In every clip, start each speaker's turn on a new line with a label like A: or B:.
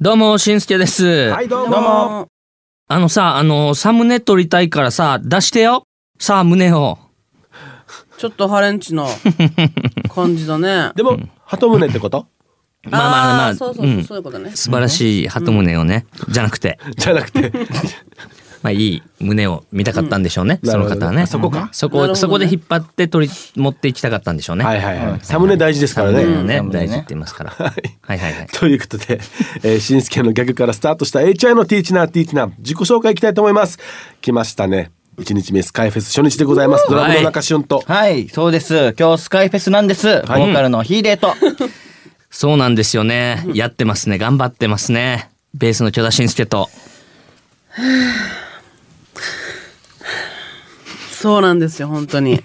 A: どうも、しんすけです。
B: はい、どうも。
A: あのさ、あの、サムネ撮りたいからさ、出してよ。さあ、胸を。
C: ちょっとハレンチの感じだ ね。
B: でも、鳩胸って こと
A: まあまあまあ
C: ーそうそ
A: う
C: うそう、
A: ん
C: そういうことね。
A: 素晴らしい鳩胸をね、じゃなくて、
B: じゃなくて、
A: まあいい胸を見たかったんでしょうね、
B: うん
A: その方はね。
B: なるほどねそこか
A: そ
C: なる
A: こ、
C: ほどね
A: そこで引っ張って取り、持っていきたかったんでしょうね。
B: はいはいはい。サムネ大事ですからね。
A: 胸をね
D: うん
A: 大事って言います から。はいはいはい。
B: ということで、えー、しんすけの逆からスタートした HI のティーチナーティーチナー自己紹介いきたいと思います来ましたね1日目スカイフェス初日でございますドラムの中旬と、
D: はい、そうです。今日スカイフェスなんです。ボーカルのヒーデーと。
A: そうなんですよね。やってますね。頑張ってますね。ベースの巨田信介と。
C: そうなんですよ、本当に。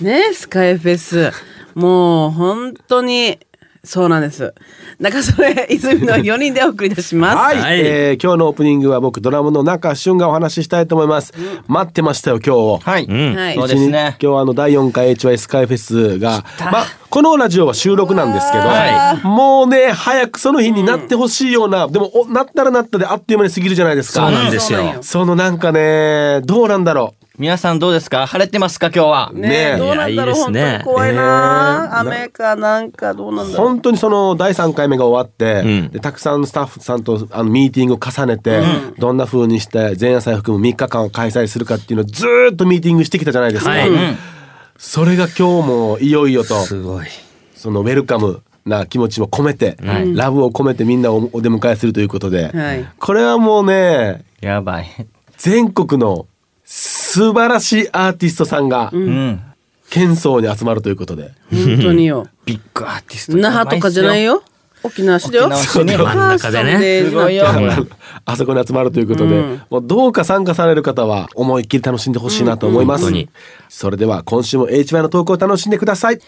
C: ね、スカイフェス。もう、本当に、そうなんです。中それ、泉の4人でお送り出します。
B: はい、
A: はい
B: えー今日のオープニングは僕ドラムの中旬がお話ししたいと思います、待ってましたよ今日を
D: はい。
A: ん
C: はい
D: そうですね。
B: 今日はあの第4回 HY スカイフェスが、まあ、このラジオは収録なんですけど、
C: うわ
A: ー
B: もうね早くその日になってほしいような、でもおなったらなったであっという間に過ぎるじゃないですか
A: そうなんです
C: そうなん
A: よ
C: よ。
B: そのなんかねどうなんだろ
D: 皆さんどうですか晴れてますか今日は。
C: ね
B: ね
C: どうなんだろ
A: いやいいで
C: う、
A: す
C: 本当
A: ね
C: に怖いな、雨かなんかどうなん
B: う
C: だろう。
B: 本当にその第3回目が終わっ
A: う
B: て、
A: ん
B: でたくさんのスタッフさんとあのミーティングを重ねて、どんな風にして前夜祭含む3日間を開催するかっていうのをずーっとミーティングしてきたじゃないですか、
A: はいうん
B: それが今日もいよいよと
A: すごい。
B: そのウェルカムな気持ちを込めて、ラブを込めてみんなをお出迎えするということで、
C: はい
B: これはもうね
D: やばい。
B: 全国の素晴らしいアーティストさんが
D: うん。
B: 県層に集まるということで、
C: 本当によ。
D: ビッグアーティスト。
C: 那覇とかじゃない。よ。沖縄市だよ。
D: 沖縄市ね
C: お母さんです
D: ごいよ。
B: あそこに集まるということで、もうどうか参加される方は思いっきり楽しんでほしいなと思いま
A: う
B: す、
A: ん本当に
B: それでは今週も HY の投稿を楽しんでください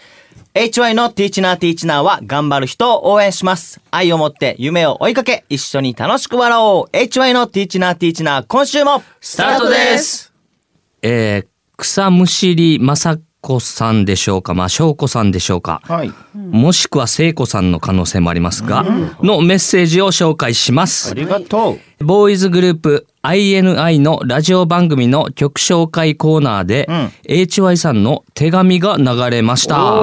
D: HY のティーチナーティーチナーは頑張る人を応援します。愛を持って夢を追いかけ、一緒に楽しく笑おう。HY のティーチナーティーチナー、今週も
A: ス
D: ス
A: タ
D: タ
A: ー
D: ー
A: ト
D: ト
A: で
D: ですす
A: えー、草むしりまさこさんでしょうか、まあ、しょうこさんでしょうか、
D: はい。
A: もしくは聖子さんの可能性もありますが、のメッセージを紹介します。
D: りがとう。
A: ボーイズグループ INI のラジオ番組の曲紹介コーナーで、
D: うん
A: HY さんの手紙が流れました。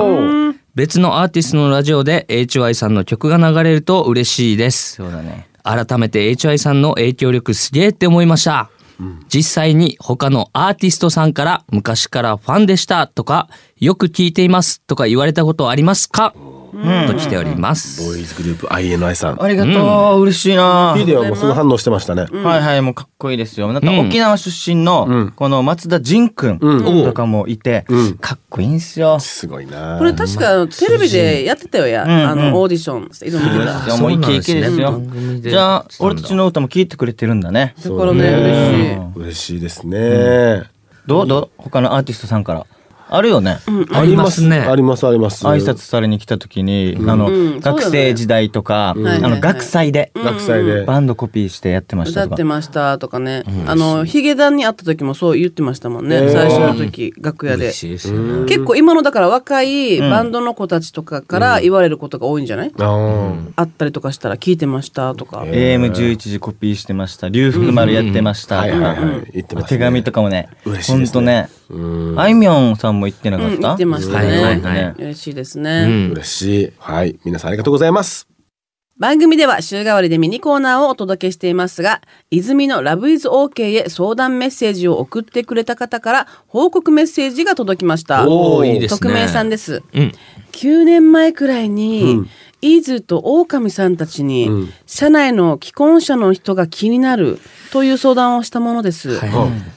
A: 別のアーティストのラジオで HY さんの曲が流れると嬉しいです。
D: そうだね。
A: 改めて HY さんの影響力すげえって思いました、実際に他のアーティストさんから昔からファンでしたとかよく聞いていますとか言われたことありますか、と来ております、
B: ボーイズグループ INI さん
D: ありがとう。嬉しいな
B: ビデオもその反応してましたね、
D: はいはい、もうかっこいいですよ。なんか
A: うん
D: 沖縄出身の、この松田仁くんとかもいて、かっこいいんすよ。
B: すごいな
C: これ確かテレビでやってたよや、
D: ん
C: あのオーディションいつも見てただ
D: じゃあもうイケイケです
A: そう
D: よ
A: なんですね。
D: じゃあ、俺たちの歌も聴いてくれてるんだね。
C: からね嬉しい
B: 嬉しいですね、
D: どうどう他のアーティストさんから。あるよね。
A: ありますね
B: ありますあります
D: 挨拶されに来た時に、あの、
C: うん
D: 学生時代とか、
C: んは
D: あ
C: いはいは
D: の、
C: い
D: 学祭で、
B: 学祭で、
D: バンドコピーしてやってました
C: 歌
D: と
C: って
D: か。
C: ましたとかね、あのヒゲダンに会った時もそう言ってましたもんね、
B: えー
C: 最初の時楽屋で
A: 嬉しいですよね
C: 結構今のだから若いバンドの子たちとかから言われることが多いんじゃな
B: あ
C: い、
B: ー
C: 会ったりとかしたら聞いてましたとか、
D: AM11 時コピーしてました。龍福丸やってました。
B: はいはいはい言ってますね
D: 手紙とかもね。
B: 嬉しい
D: ほ
B: で
D: ん
B: す
D: と
B: ね
D: ね。あいみょんさんも言ってなか
C: う
D: っ
C: ん、
D: た
C: 言ってましたね、
A: はいはいはい
C: 嬉しいです
A: う
C: ね、
A: ん
B: 嬉しいはい皆さんありがとうございます
C: 番組では週替わりでミニコーナーをお届けしていますが泉のラブイズ OK へ相談メッセージを送ってくれた方から報告メッセージが届きました
A: おーいいですね
C: 匿名さんです
A: うん
C: 9年前くらいに、イーズと狼さんたちに、社内の既婚者の人が気になるという相談をしたものです、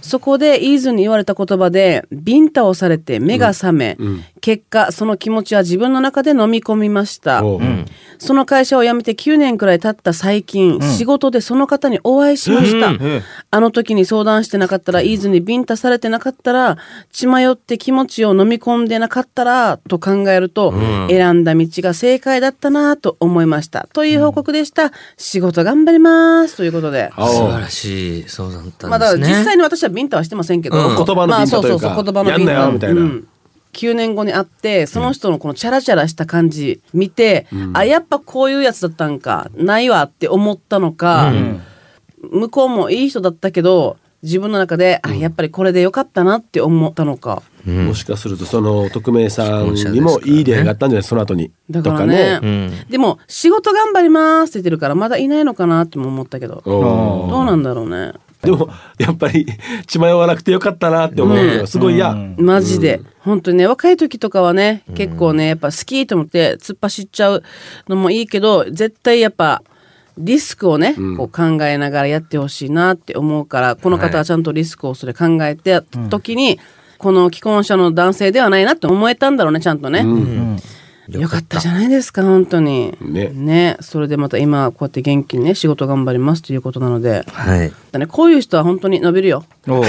C: そこでイーズに言われた言葉でビンタをされて目が覚め、結果その気持ちは自分の中で飲み込みました
B: おう
C: その会社を辞めて9年くらい経った最近、仕事でその方にお会いしました、あの時に相談してなかったら、イーズにビンタされてなかったら、血迷って気持ちを飲み込んでなかったら、と考えると、選んだ道が正解だったなと思いました。という報告でした。仕事頑張ります。ということで。
B: おう
A: 素晴らしいそうだったんですね、
C: まあだから実際に私はビンタはしてませんけど、
A: うん
B: 言葉のビンタというか
C: まあそうそうそう言葉のビンタ
B: やんなよみたいな
C: うん9年後に会ってその人のこのチャラチャラした感じ見て、あやっぱこういうやつだったんかないわって思ったのか、向こうもいい人だったけど自分の中で、あやっぱりこれでよかったなって思ったのか。
B: もしかするとその匿名さんにもいい出会いがあったんじゃないその後に
C: だ
B: と
C: か
B: からね
C: ね。
A: ん
C: でも仕事頑張りますって言ってるからまだいないのかなっても思ったけどど
B: おー
C: うなんだろうね
B: でもやっぱり 血迷わなくてよかったなって思うのがすごい嫌、
C: マジで、本当にね若い時とかはね結構ねやっぱ好きと思って突っ走っちゃうのもいいけど絶対やっぱリスクをね、こう考えながらやってほしいなって思うからこの方はちゃんとリスクをそれ考えて時に、この既婚者の男性ではないなって思えたんだろうねちゃんとね、よかったじゃないですか本当に
B: ね
C: それでまた今こうやって元気にね仕事頑張りますということなので
A: はい。
C: だ、ね、こういう人は本当に伸びるよ
D: おう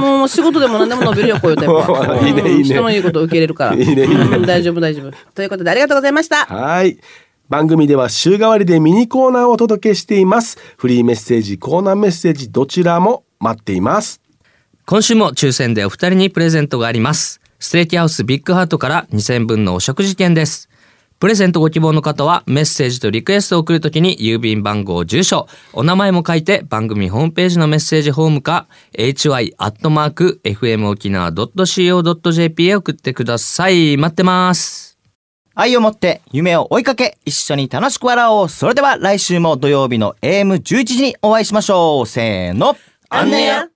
C: もうもう仕事でも何でも伸びるよこういうタイプ は
B: いういね
C: ん
B: いいね
C: 人の言うことを受け入れるから
B: いいねいいね
C: うん大丈夫大丈夫ということでありがとうございました
B: はい。番組では週替わりでミニコーナーをお届けしています。フリーメッセージ、コーナーメッセージ、どちらも待っています。
A: 今週も抽選でお二人にプレゼントがあります。ステーキハウスビッグハートから2000分のお食事券です。プレゼントご希望の方はメッセージとリクエストを送るときに郵便番号、住所、お名前も書いて番組ホームページのメッセージホームか hy.fmokinawa.co.jp へ送ってください。待ってます。
D: 愛を持って夢を追いかけ一緒に楽しく笑おうそれでは来週も土曜日の AM11 時にお会いしましょうせーの
C: あんねや